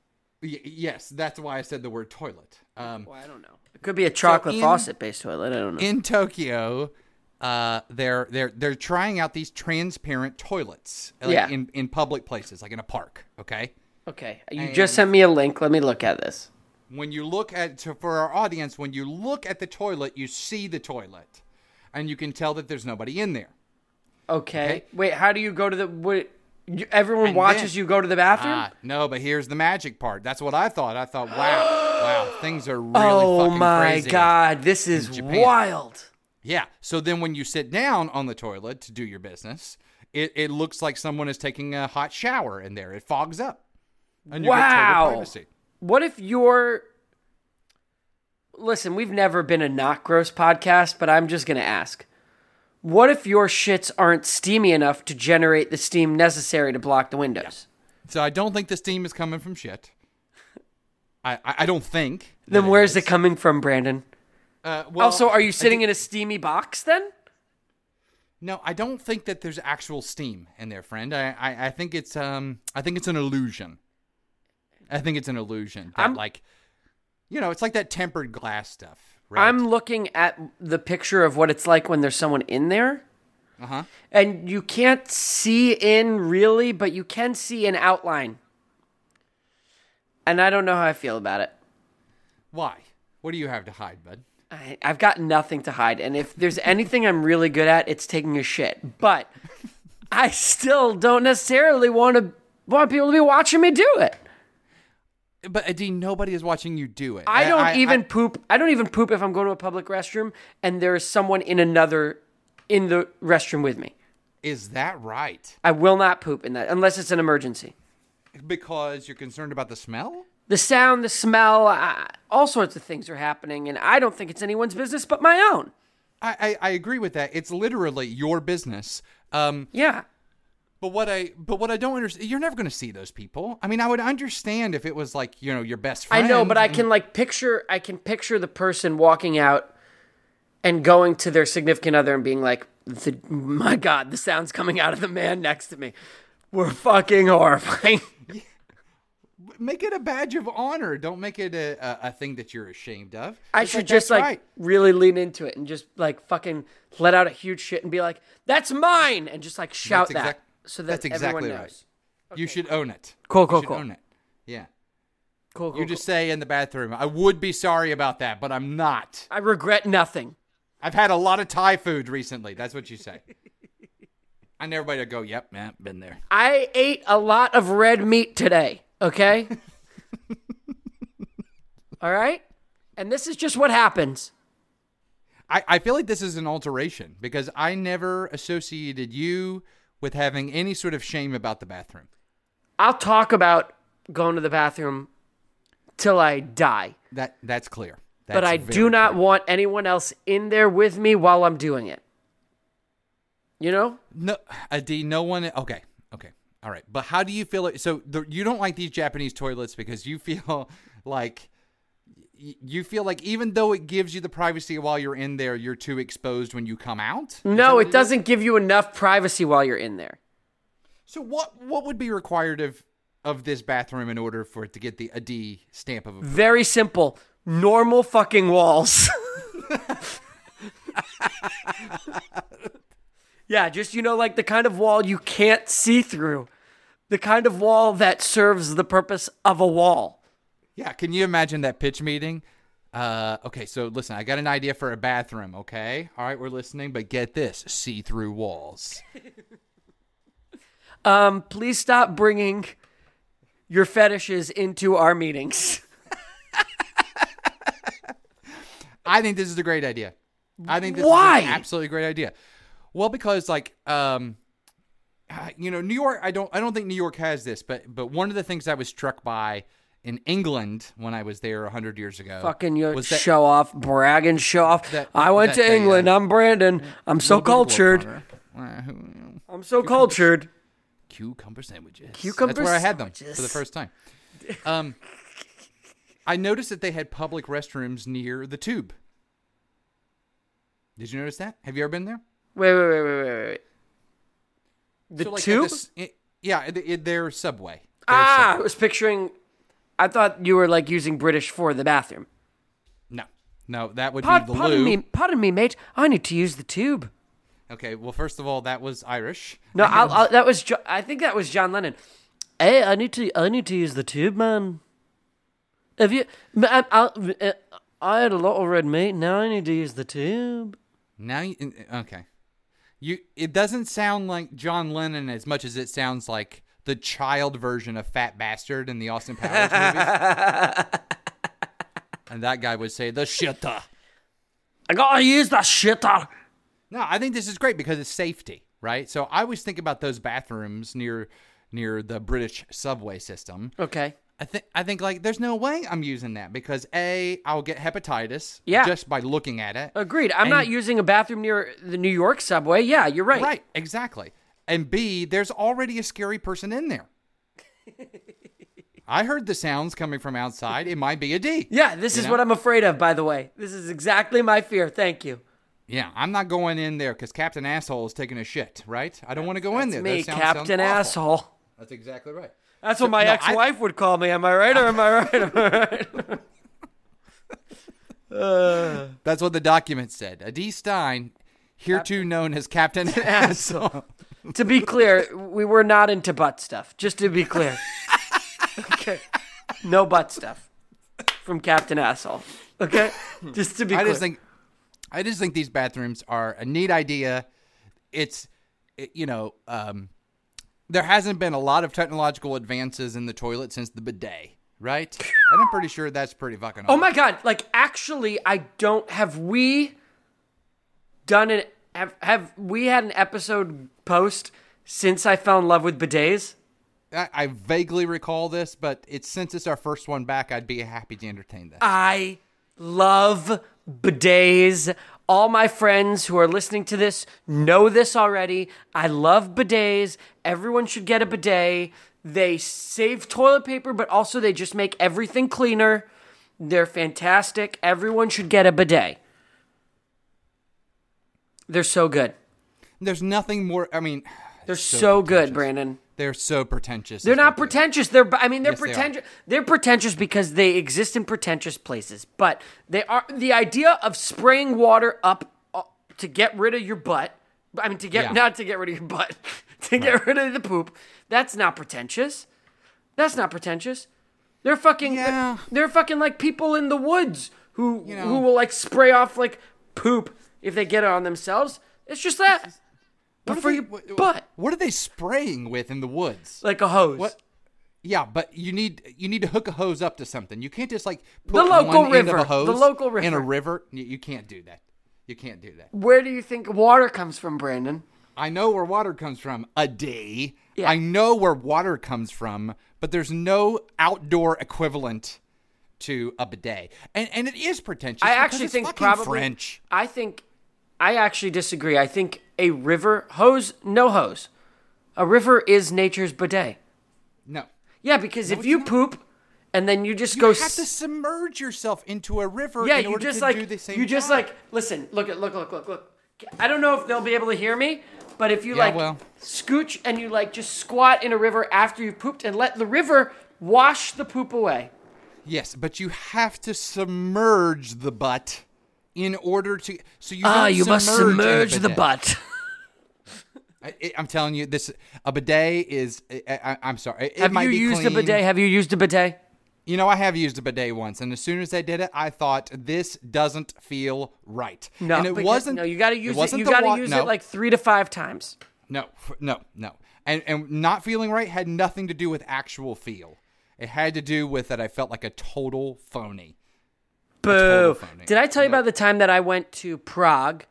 S2: Y- yes, that's why I said the word toilet. Um.
S1: Well, I don't know. It could be a chocolate
S2: in-
S1: faucet based toilet. I don't know.
S2: in Tokyo, uh, they're they're they're trying out these transparent toilets, like
S1: Yeah.
S2: in in public places, like in a park. Okay,
S1: okay, you just sent me a link. Let me look at this.
S2: when you look at so for our audience, when you look at the toilet, you see the toilet, and you can tell that there's nobody in there.
S1: Okay.
S2: Okay.
S1: Wait, how do you go to the? What, you, everyone
S2: And
S1: watches
S2: then-
S1: you go to the bathroom.
S2: Ah, no, but here's the magic part. That's what I thought.
S1: (gasps)
S2: I thought, wow, wow, things are really
S1: oh
S2: fucking
S1: my
S2: crazy.
S1: god, this is
S2: Japan.
S1: wild.
S2: Yeah. So then when you sit down on the toilet to do your business, it, it looks like someone is taking a hot shower in there. It fogs up. And you get
S1: Wow.
S2: total privacy.
S1: What if you're? Listen, we've never been a not gross podcast, but I'm just gonna ask. What if your shits aren't steamy enough to generate the steam necessary to block the windows?
S2: So I don't think the steam is coming from shit. I, I, I don't think.
S1: Then where's it coming from, Brandon?
S2: Uh, well,
S1: also, are you sitting in a steamy box then?
S2: no, I don't think that there's actual steam in there, friend. I, I, I think it's um I think it's an illusion. I think it's an illusion. That,
S1: I'm-
S2: like, you know, it's like that tempered glass stuff. Right?
S1: I'm looking at the picture of what it's like when there's someone in there.
S2: Uh-huh.
S1: And you can't see in really, but you can see an outline. And I don't know how I feel about it.
S2: Why? What do you have to hide, bud?
S1: I, I've got nothing to hide, and if there's anything I'm really good at, it's taking a shit. But I still don't necessarily want to want people to be watching me do it.
S2: But Adi, nobody is watching you do it.
S1: I don't even
S2: I-
S1: poop. I don't even poop if I'm going to a public restroom and there's someone in another in the restroom with me.
S2: is that right?
S1: I will not poop in that unless it's an emergency.
S2: Because you're concerned about the smell?
S1: The sound, the smell, uh, all sorts of things are happening, and I don't think it's anyone's business but my own.
S2: I, I, I agree with that. It's literally your business. Um,
S1: Yeah.
S2: But what I but what I don't understand, you're never going to see those people. I mean, I would understand if it was like you know your best
S1: I
S2: friend.
S1: know, but I
S2: and-
S1: can like picture I can picture the person walking out and going to their significant other and being like, the, "My God, the sound's coming out of the man next to me. We're fucking
S2: (laughs)
S1: horrifying."
S2: make it a badge of honor. Don't make it a, a, a thing that you're ashamed of.
S1: I
S2: like,
S1: should just
S2: "That's
S1: like
S2: right."
S1: really lean into it and just like fucking let out a huge shit and be like, "That's mine!" and just like shout
S2: That's exact-
S1: that so that
S2: that's exactly
S1: everyone knows.
S2: right. you should own it.
S1: Cool,
S2: You
S1: cool,
S2: should
S1: cool.
S2: Own it. Yeah.
S1: Cool, cool.
S2: You just say in the bathroom, I would be sorry about that, but I'm not.
S1: cool. I regret nothing.
S2: I've had a lot of Thai food recently. That's what
S1: (laughs)
S2: you say. and everybody will go, yep, man, been there.
S1: I ate a lot of red meat today. Okay.
S2: (laughs)
S1: All right. And this is just what happens.
S2: I, I feel like this is an alteration because I never associated you with having any sort of shame about the bathroom.
S1: I'll talk about going to the bathroom till I die,
S2: That That's clear.
S1: but
S2: That's
S1: I
S2: very
S1: do not
S2: clear.
S1: want anyone else in there with me while I'm doing it. You know?
S2: No, Adi, no one. Okay, okay, all right. But how do you feel? It, so the, you don't like these Japanese toilets because you feel (laughs) like y- you feel like even though it gives you the privacy while you're in there, you're too exposed when you come out.
S1: No, it doesn't give you enough privacy while you're in there.
S2: So what what would be required of of this bathroom in order for it to get the Adi stamp of approval?
S1: Very simple. Normal fucking walls. (laughs) yeah, just, you know, like the kind of wall you can't see through. The kind of wall that serves the purpose of a wall.
S2: Yeah, can you imagine that pitch meeting? Uh, okay, so listen, I got an idea for a bathroom. Okay, all right, we're listening, but get this: see-through walls.
S1: Um, please stop bringing your fetishes into our meetings. (laughs)
S2: I think this is a great idea. I think this
S1: Why?
S2: is an absolutely great idea. Well, because like um uh, you know, New York I don't I don't think New York has this, but but one of the things I was struck by in England when I was there 100 years ago
S1: Fucking your
S2: was that
S1: show off, bragging show off.
S2: That-
S1: I went
S2: that
S1: to
S2: they,
S1: England.
S2: uh,
S1: I'm Brandon. I'm so
S2: little bit of
S1: cultured.
S2: water. Uh, who-
S1: I'm so cultured.
S2: cucumber sandwiches.
S1: Cucumber
S2: That's where I had them for the
S1: sandwiches.
S2: first time. Um I noticed that they had public restrooms near the tube. Did you notice that? Have you ever been there?
S1: Wait, wait, wait, wait, wait, wait. The
S2: So, like, at
S1: tube?
S2: this- i- yeah, at the- at their subway. Their
S1: Ah, I
S2: subway.
S1: was picturing. I thought you were like using British for the bathroom.
S2: no, no, that would
S1: Pod,
S2: be the
S1: pardon
S2: loo.
S1: me, pardon me, mate. I need to use the tube.
S2: Okay, well, first of all, that was Irish.
S1: No, I'll, I'll, that was. Jo- I think that was John Lennon. Hey, I need to. I need to use the tube, man. Have you? um, I, I, uh, I had a lot of red meat. Now I need to use the tube.
S2: Now, you, in- okay, you. It doesn't sound like John Lennon as much as it sounds like the child version of Fat Bastard in the Austin Powers movies.
S1: (laughs)
S2: and that guy would say the shitter.
S1: I gotta use that shitter.
S2: No, I think this is great because it's safety, right? So I always think about those bathrooms near near the British subway system.
S1: Okay.
S2: I think I think like there's no way I'm using that because a I'll get hepatitis
S1: Yeah.
S2: just by looking at it.
S1: Agreed. I'm not using a bathroom near the New York subway. Yeah, you're right.
S2: Right, exactly. And b there's already a scary person in there. I heard the sounds coming from outside. It might be a D.
S1: Yeah, this is
S2: know?
S1: what I'm afraid of, by the way. This is exactly my fear. Thank you.
S2: Yeah, I'm not going in there because Captain Asshole is taking a shit. Right? I don't want to go in there.
S1: Me,
S2: That sound- sounds
S1: Captain
S2: awful.
S1: Asshole.
S2: That's exactly right.
S1: That's what my
S2: no, I-
S1: ex-wife would call me. Am I right or am I right? (laughs) Am I right?
S2: That's what the document said. A D Stein, hereto known as Captain (laughs) Asshole.
S1: to be clear, we were not into
S2: (laughs)
S1: butt stuff. Just to be clear. okay. No butt stuff. from Captain Asshole. Okay, just to be
S2: I
S1: clear.
S2: just think, I just think these bathrooms are a neat idea. It's, it- you know, um, there hasn't been a lot of technological advances in the toilet since the bidet,
S1: (laughs)
S2: right? and I'm pretty sure that's pretty fucking.
S1: Oh my god! Like actually, I don't have we done an have, have we had an episode post since I fell in love with bidets?
S2: I, I vaguely recall this, but it's since it's our first one back, I'd be happy to entertain
S1: Ah.
S2: that.
S1: I love bidets. All my friends who are listening to this know this already. I love bidets. Everyone should get a bidet. They save toilet paper, but also they just make everything cleaner. They're fantastic. Everyone should get a bidet. They're so good.
S2: There's nothing more. I mean,
S1: They're so,
S2: so
S1: good,
S2: pretentious.
S1: Brandon.
S2: they're so pretentious.
S1: They're
S2: is
S1: not
S2: what they are.
S1: pretentious. They're I mean they're
S2: Yes, they are.
S1: pretentious. They are pretentious because they exist in pretentious places. But they are the idea of spraying water up uh, to get rid of your butt. I mean to get
S2: Yeah.
S1: not to get rid of your butt, (laughs) to get rid of the poop. That's not pretentious. That's not pretentious. They're fucking
S2: Yeah.
S1: they're, fucking like people in the woods who
S2: know.
S1: who will like spray off like poop if they get it on themselves. It's just that. But
S2: What are
S1: for
S2: they-
S1: your
S2: what-
S1: butt.
S2: What are they spraying with in the woods?
S1: Like a hose.
S2: What? Yeah, but you need you need to hook a hose up to something. You can't just like put
S1: local
S2: one end of
S1: river.
S2: a
S1: The
S2: hose
S1: local
S2: in
S1: river.
S2: a river. You, you can't do that. You can't do that.
S1: Where do you think water comes from, Brandon?
S2: I know where water comes from. A day.
S1: Yeah.
S2: I know where water comes from, but there's no outdoor equivalent to a bidet, and and it is pretentious.
S1: I
S2: because
S1: actually
S2: it's
S1: think
S2: fucking
S1: probably
S2: French.
S1: I think I actually disagree. I think a river hose, no hose. A river is nature's bidet.
S2: No,
S1: Yeah, because if
S2: it's
S1: you
S2: not.
S1: poop and then you just
S2: you
S1: go
S2: have
S1: s-
S2: to submerge yourself into a river.
S1: Yeah,
S2: in
S1: you
S2: order
S1: just
S2: to
S1: like
S2: do the same
S1: you just
S2: job.
S1: like listen, look at look look look look. I don't know if they'll be able to hear me, but if you
S2: Yeah,
S1: like
S2: well.
S1: scooch and you like just squat in a river after you pooped and let the river wash the poop away.
S2: Yes, but you have to submerge the butt in order to. So Ah, you
S1: Ah,
S2: don't submerge in a bidet.
S1: butt.
S2: I, I- I'm telling you, this a bidet is. I, I, I'm sorry. It, it
S1: Have
S2: might
S1: you
S2: be
S1: used
S2: clean.
S1: a bidet? Have you used a bidet?
S2: You know, I have used a bidet once, and as soon as I did it, I thought this doesn't feel right.
S1: No,
S2: and it
S1: because-
S2: wasn't.
S1: No, you got to use it.
S2: wasn't
S1: You
S2: the
S1: got to
S2: wa-
S1: use
S2: no,
S1: it like three to five times.
S2: No, no, no. And and not feeling right had nothing to do with actual feel. It had to do with that I felt like a total phony.
S1: Boo!
S2: phony.
S1: Did I tell you about the time that I went to Prague,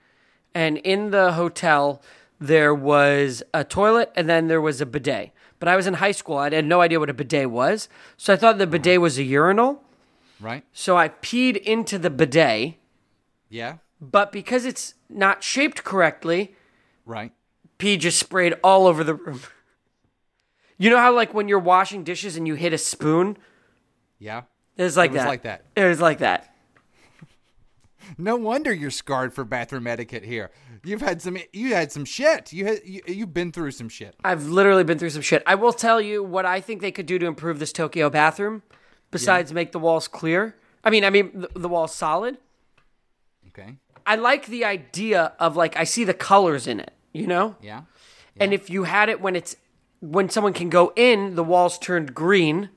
S1: and in the hotel there was a toilet and then there was a bidet. But I was in high school. I had no idea what a bidet was, so I thought the
S2: Uh-huh.
S1: bidet was a urinal.
S2: Right?
S1: So I peed into the bidet,
S2: Yeah.
S1: but because it's not shaped correctly,
S2: Right.
S1: pee just sprayed all over the room. (laughs) You know how like when you're washing dishes and you hit a spoon?
S2: Yeah.
S1: It was like
S2: It was
S1: that.
S2: like that.
S1: It was like that.
S2: No wonder you're scarred for bathroom etiquette here. You've had some you had some shit. You had you, you've been through some shit.
S1: I've literally been through some shit. I will tell you what I think they could do to improve this Tokyo bathroom, besides make the walls clear. I mean, I mean the, the walls solid.
S2: Okay.
S1: I like the idea of like I see the colors in it, you know.
S2: Yeah.
S1: And if you had it when it's when someone can go in, the walls turned green,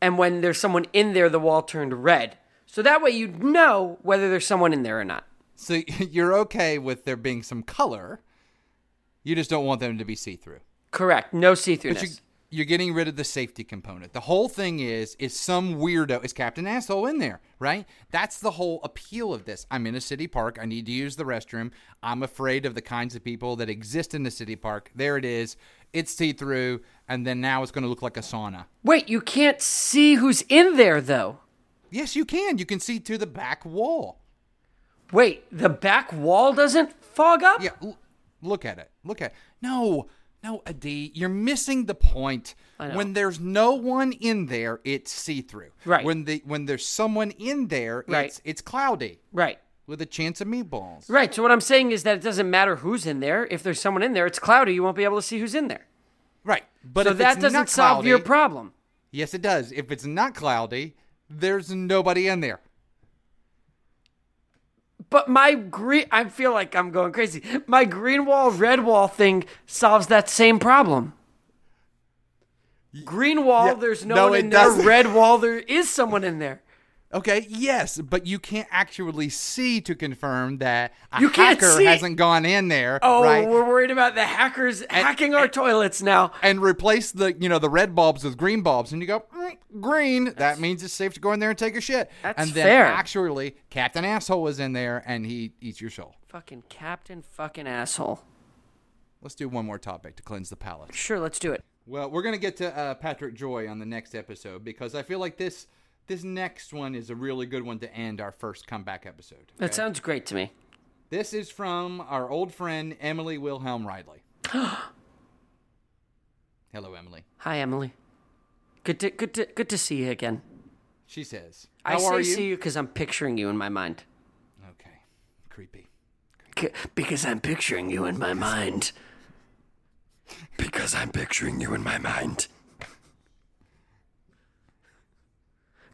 S1: and when there's someone in there, the wall turned red. So that way you'd know whether there's someone in there or not.
S2: So (laughs) you're okay with there being some color. You just don't want them to be see-through.
S1: Correct. No
S2: But you
S1: see-throughness.
S2: you're getting rid of the safety component. The whole thing is is some weirdo is Captain Asshole in there, right? That's the whole appeal of this. I'm in a city park. I need to use the restroom. I'm afraid of the kinds of people that exist in the city park. There it is. It's see-through, and then now it's going to look like a sauna.
S1: Wait, you can't see who's in there though.
S2: Yes, you can. You can see to the back wall.
S1: Wait, the back wall doesn't fog up?
S2: Yeah, l- look at it. Look at it. No, no, Adi, you're missing the point.
S1: know.
S2: When there's no one in there, it's see through.
S1: Right.
S2: When the when there's someone in there,
S1: Right.
S2: it's it's cloudy
S1: Right.
S2: with a chance of meatballs.
S1: Right. So what I'm saying is that it doesn't matter who's in there. If there's someone in there, it's cloudy. You won't be able to see who's in there.
S2: Right. But
S1: So
S2: if
S1: that
S2: it's
S1: doesn't
S2: not
S1: solve your
S2: cloudy-
S1: problem.
S2: Yes, it does. If it's not cloudy, there's nobody in there.
S1: But my green, I feel like I'm going crazy. My green wall, red wall thing solves that same problem. Green wall,
S2: yeah.
S1: there's no,
S2: No,
S1: one
S2: it
S1: in there.
S2: doesn't.
S1: Red wall, there is someone in there.
S2: Okay, yes, but you can't actually see to confirm that a
S1: You can't
S2: hacker
S1: see.
S2: hasn't gone in there,
S1: Oh,
S2: (laughs) right?
S1: we're worried about the hackers hacking our toilets now.
S2: And replace the you know the red bulbs with green bulbs, and you go "Mm, green. that means it's safe to go in there and take a shit.
S1: That's
S2: and then
S1: fair.
S2: actually, Captain Asshole is in there, and he eats your soul.
S1: Fucking captain, fucking asshole.
S2: Let's do one more topic to cleanse the palate.
S1: Sure, let's do it.
S2: Well, we're gonna get to uh, Patrick Joy on the next episode because I feel like this this next one is a really good one to end our first comeback episode.
S1: That sounds great to me.
S2: This is from our old friend Emily
S1: (gasps)
S2: Wilhelm Ridley. Hello, Emily.
S1: Hi, Emily. Good to good to good to see you again.
S2: She says,
S1: I
S2: "How
S1: say
S2: are you?"
S1: see you because I'm picturing you in my mind.
S2: Okay, creepy.
S1: C- because I'm picturing you in my mind. Because I'm picturing you in my mind.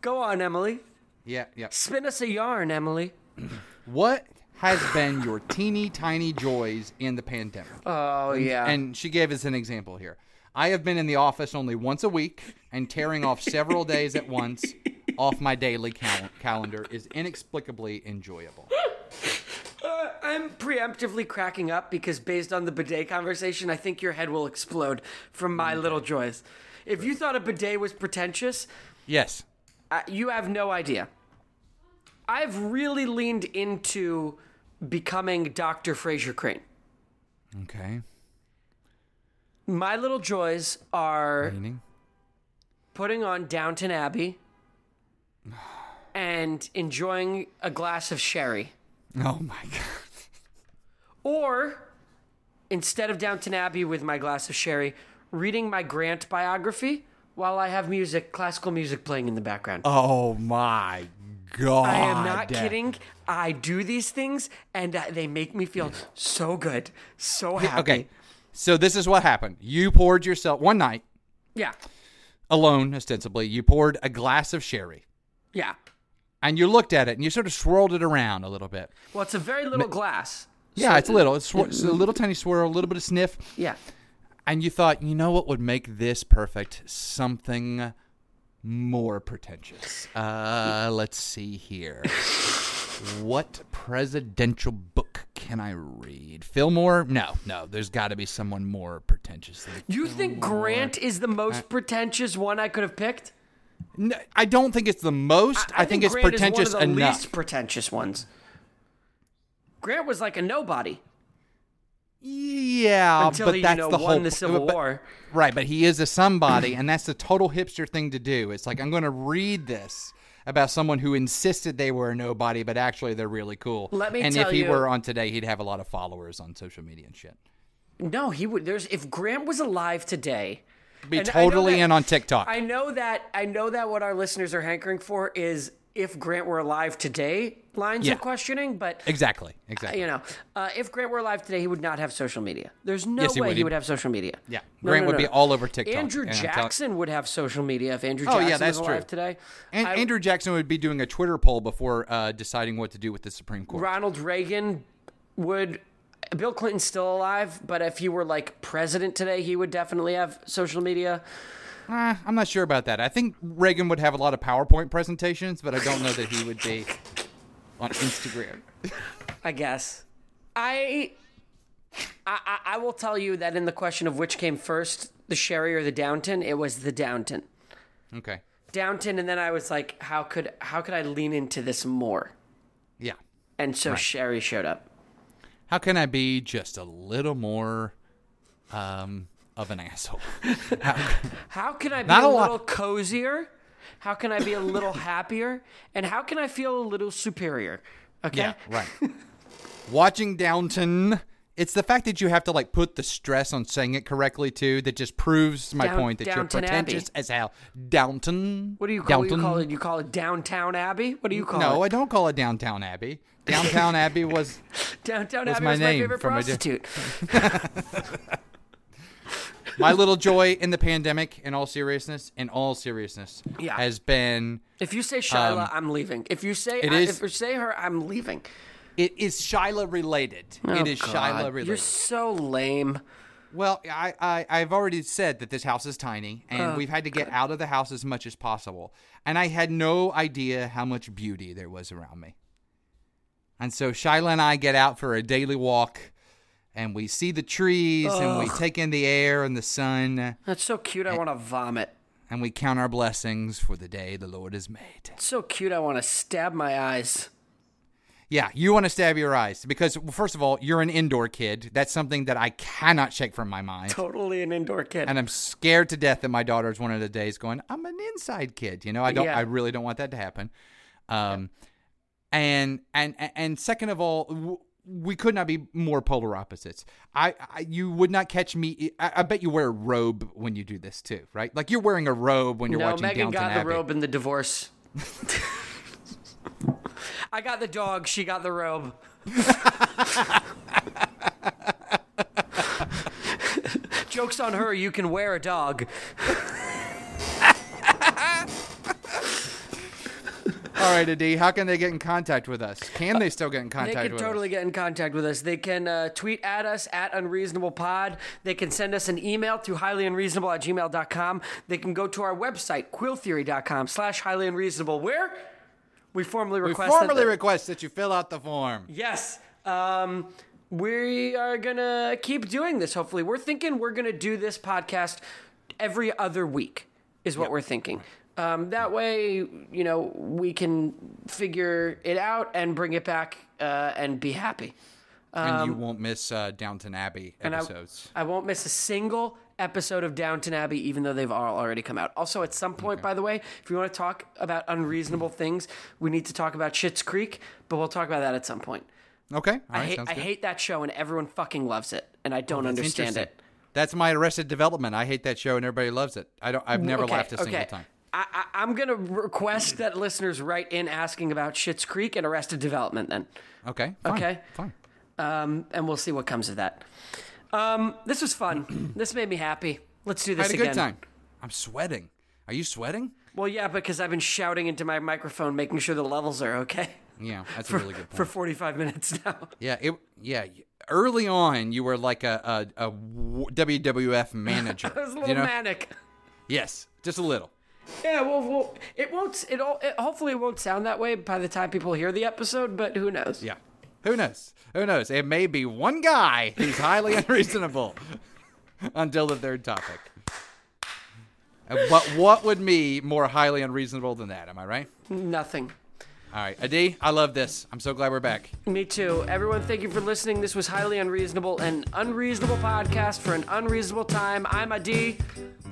S1: Go on, Emily.
S2: Yeah, yeah.
S1: Spin us a yarn, Emily.
S2: What has been your teeny tiny joys in the pandemic?
S1: Oh yeah.
S2: And she gave us an example here. I have been in the office only once a week, and tearing off several days at once off my daily cal- calendar is inexplicably enjoyable.
S1: I'm preemptively cracking up because based on the bidet conversation, I think your head will explode from my little joys. If you thought a bidet was pretentious,
S2: Yes.
S1: uh, you have no idea. I've really leaned into becoming Dr. Fraser Crane.
S2: Okay.
S1: My little joys are
S2: Meaning?
S1: putting on Downton Abbey and enjoying a glass of sherry.
S2: Oh my god.
S1: Or instead of Downton Abbey with my glass of sherry, reading my Grant biography while I have music, classical music playing in the background.
S2: Oh my god.
S1: I am not kidding. I do these things and uh, they make me feel so good, so happy.
S2: Okay. So this is what happened. You poured yourself one night
S1: Yeah.
S2: alone ostensibly, you poured a glass of sherry
S1: Yeah.
S2: and you looked at it and you sort of swirled it around a little bit.
S1: Well, it's a very little glass.
S2: Yeah, it's little. It's, swir- it's a little tiny swirl, a little bit of sniff.
S1: Yeah.
S2: And you thought, you know what would make this perfect? Something more pretentious. Uh, let's see (laughs) here. What presidential book can I read? Fillmore? No, no. There's got to be someone more pretentious. Than
S1: You think Grant is the most pretentious one I could have picked?
S2: no, I don't think it's the most. I, think, it's
S1: Grant
S2: pretentious
S1: is one of the
S2: enough.
S1: least pretentious ones. Grant was like a nobody
S2: yeah,
S1: until
S2: Uh, but
S1: he,
S2: that's
S1: you know,
S2: the
S1: won
S2: whole
S1: the Civil
S2: but-
S1: War.
S2: Right, but he is a somebody, and that's the total hipster thing to do. It's like I'm going to read this about someone who insisted they were a nobody, but actually they're really cool.
S1: Let me
S2: and
S1: tell
S2: if he
S1: you-
S2: were on today, he'd have a lot of followers on social media and shit.
S1: No, he would. There's if Grant was alive today,
S2: Be
S1: And I know
S2: totally
S1: that-
S2: in on TikTok.
S1: I know that. I know that what our listeners are hankering for is if Grant were alive today. Lines
S2: Yeah.
S1: of questioning, but
S2: exactly, exactly.
S1: you know, uh, if Grant were alive today, he would not have social media. There's no
S2: Yes, he
S1: way
S2: would.
S1: he would have social media.
S2: Yeah.
S1: No,
S2: Grant
S1: no,
S2: would
S1: no,
S2: be
S1: no.
S2: all over TikTok,
S1: Andrew
S2: and I'm telling-
S1: Jackson would have social media if Andrew
S2: Oh, yeah,
S1: Jackson
S2: that's
S1: was
S2: true.
S1: alive today.
S2: and
S1: I-
S2: Andrew Jackson would be doing a Twitter poll before uh, deciding what to do with the Supreme Court.
S1: Ronald Reagan would. Bill Clinton's still alive, but if he were like president today, he would definitely have social media.
S2: Eh, I'm not sure about that. I think Reagan would have a lot of PowerPoint presentations, but I don't know that he would be on Instagram.
S1: I guess. I, I I- I will tell you that in the question of which came first, the Sherry or the Downton, it was the Downton.
S2: Okay.
S1: Downton, and then I was like, how could how could I lean into this more?
S2: Yeah.
S1: And so Sherry showed up.
S2: how can I be just a little more um, of
S1: (laughs)
S2: an asshole? How-
S1: How can I be
S2: Not
S1: a,
S2: a lot.
S1: little cozier? How can I be a little happier? And how can I feel a little superior? Okay.
S2: yeah, right. Watching Downton, it's the fact that you have to like put the stress on saying it correctly too that just proves my
S1: Down-
S2: point that
S1: Downton
S2: you're
S1: Abbey.
S2: pretentious as hell. Downton.
S1: What do you call, what do you
S2: Downton.
S1: call it? You call it Downtown Abbey? What do you call
S2: No,
S1: it?
S2: I don't call it
S1: (laughs)
S2: Downtown Abbey. Downtown Abbey was
S1: Downtown
S2: was
S1: Abbey
S2: my
S1: was my
S2: name
S1: favorite
S2: from a di-
S1: prostitute.
S2: my little joy in the pandemic. In all seriousness, in all seriousness,
S1: Yeah.
S2: has been
S1: If you say Shyla, I'm leaving. If you say
S2: Um, it
S1: I-
S2: is-
S1: if you say her, I'm leaving.
S2: it is Shyla related. it is Shyla
S1: Oh, God,
S2: related.
S1: You're so lame.
S2: Well, I, I I've already said that this house is tiny, and we've had to get out of the house as much as possible. And I had no idea how much beauty there was around me. And so Shyla and I get out for a daily walk, and we see the trees, and we take in the air and the sun,
S1: That's so cute. I want to vomit.
S2: and we count our blessings for the day the Lord has made.
S1: So cute. I want to stab my eyes.
S2: Yeah, you want to stab your eyes because, well, first of all, you're an indoor kid. That's something that I cannot shake from my mind.
S1: Totally an indoor kid.
S2: and I'm scared to death that my daughter's one of the days going, I'm an inside kid. You know, I don't,
S1: Yeah.
S2: I really don't want that to happen. Um, and, and, and second of all, w- we could not be more polar opposites. I, I you would not catch me. I, I bet you wear a robe when you do this too, right? Like you're wearing a robe when you're
S1: no,
S2: watching
S1: Megan
S2: Downton
S1: got
S2: Abbey.
S1: the robe in the divorce. (laughs) I got the dog. She got the robe. (laughs) Joke's on her. You can wear a dog.
S2: All right, Adi, how can they get in contact with us? Can they still get in
S1: Uh, They
S2: contact
S1: can
S2: with
S1: totally
S2: us?
S1: get in contact with us. They can uh, tweet at us at unreasonablepod. They can send us an email to highlyunreasonable at gmail.com. They can go to our website, quilltheory.com slash highlyunreasonable, where we formally
S2: We
S1: request that
S2: formally
S1: the-
S2: request that you fill out the form.
S1: Yes. Um, we are going to keep doing this, hopefully. We're thinking we're going to do this podcast every other week, is what we're thinking. Um, that way, you know, we can figure it out and bring it back uh, and be happy.
S2: and you won't miss uh, Downton Abbey
S1: um, And I-
S2: episodes.
S1: I, won't miss a single episode of Downton Abbey, even though they've all already come out. Also, at some point, by the way, if you want to talk about unreasonable things, we need to talk about Schitt's Creek, but we'll talk about that at some point.
S2: okay, all right,
S1: I hate,
S2: sounds
S1: I
S2: good.
S1: hate that show, and everyone fucking loves it, and I don't understand
S2: Interesting.
S1: it.
S2: That's my Arrested Development. I hate that show, and everybody loves it. I don't. I've
S1: Mm,
S2: never laughed a single time.
S1: I, I, I'm gonna request that listeners write in asking about Schitt's Creek and Arrested Development, then,
S2: Okay. Fine,
S1: Okay.
S2: Fine.
S1: um, and we'll see what comes of that. Um, this was fun. (clears throat) this made me happy. Let's do
S2: I
S1: this
S2: had a
S1: again.
S2: good time. I'm sweating. Are you sweating?
S1: Well, yeah, because I've been shouting into my microphone, making sure the levels are okay
S2: Yeah, that's a really good
S1: for
S2: point.
S1: 45 minutes now. (laughs)
S2: yeah. It. Yeah. y- Early on, you were like a a, a w-
S1: (laughs)
S2: WWF manager.
S1: It was a little
S2: you know?
S1: manic.
S2: Yes, just a little.
S1: Yeah, well, well it won't. It all. It, hopefully, it won't sound that way by the time people hear the episode. But who knows?
S2: Yeah. Who knows? Who knows? It may be one guy who's highly unreasonable until the third topic. Uh, But what would be more highly unreasonable than that? Am I right?
S1: Nothing.
S2: All right, Adi, I love this. I'm so glad we're back.
S1: Me too. Everyone, thank you for listening. This was Highly Unreasonable, an unreasonable podcast for an unreasonable time. I'm Adi,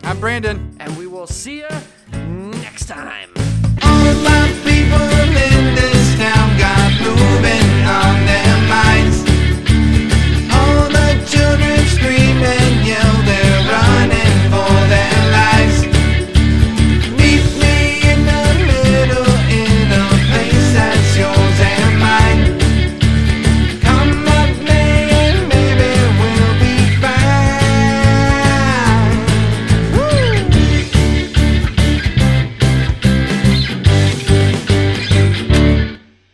S2: I'm Brandon.
S1: and we will see you next time.
S3: All my people in this town got moving on their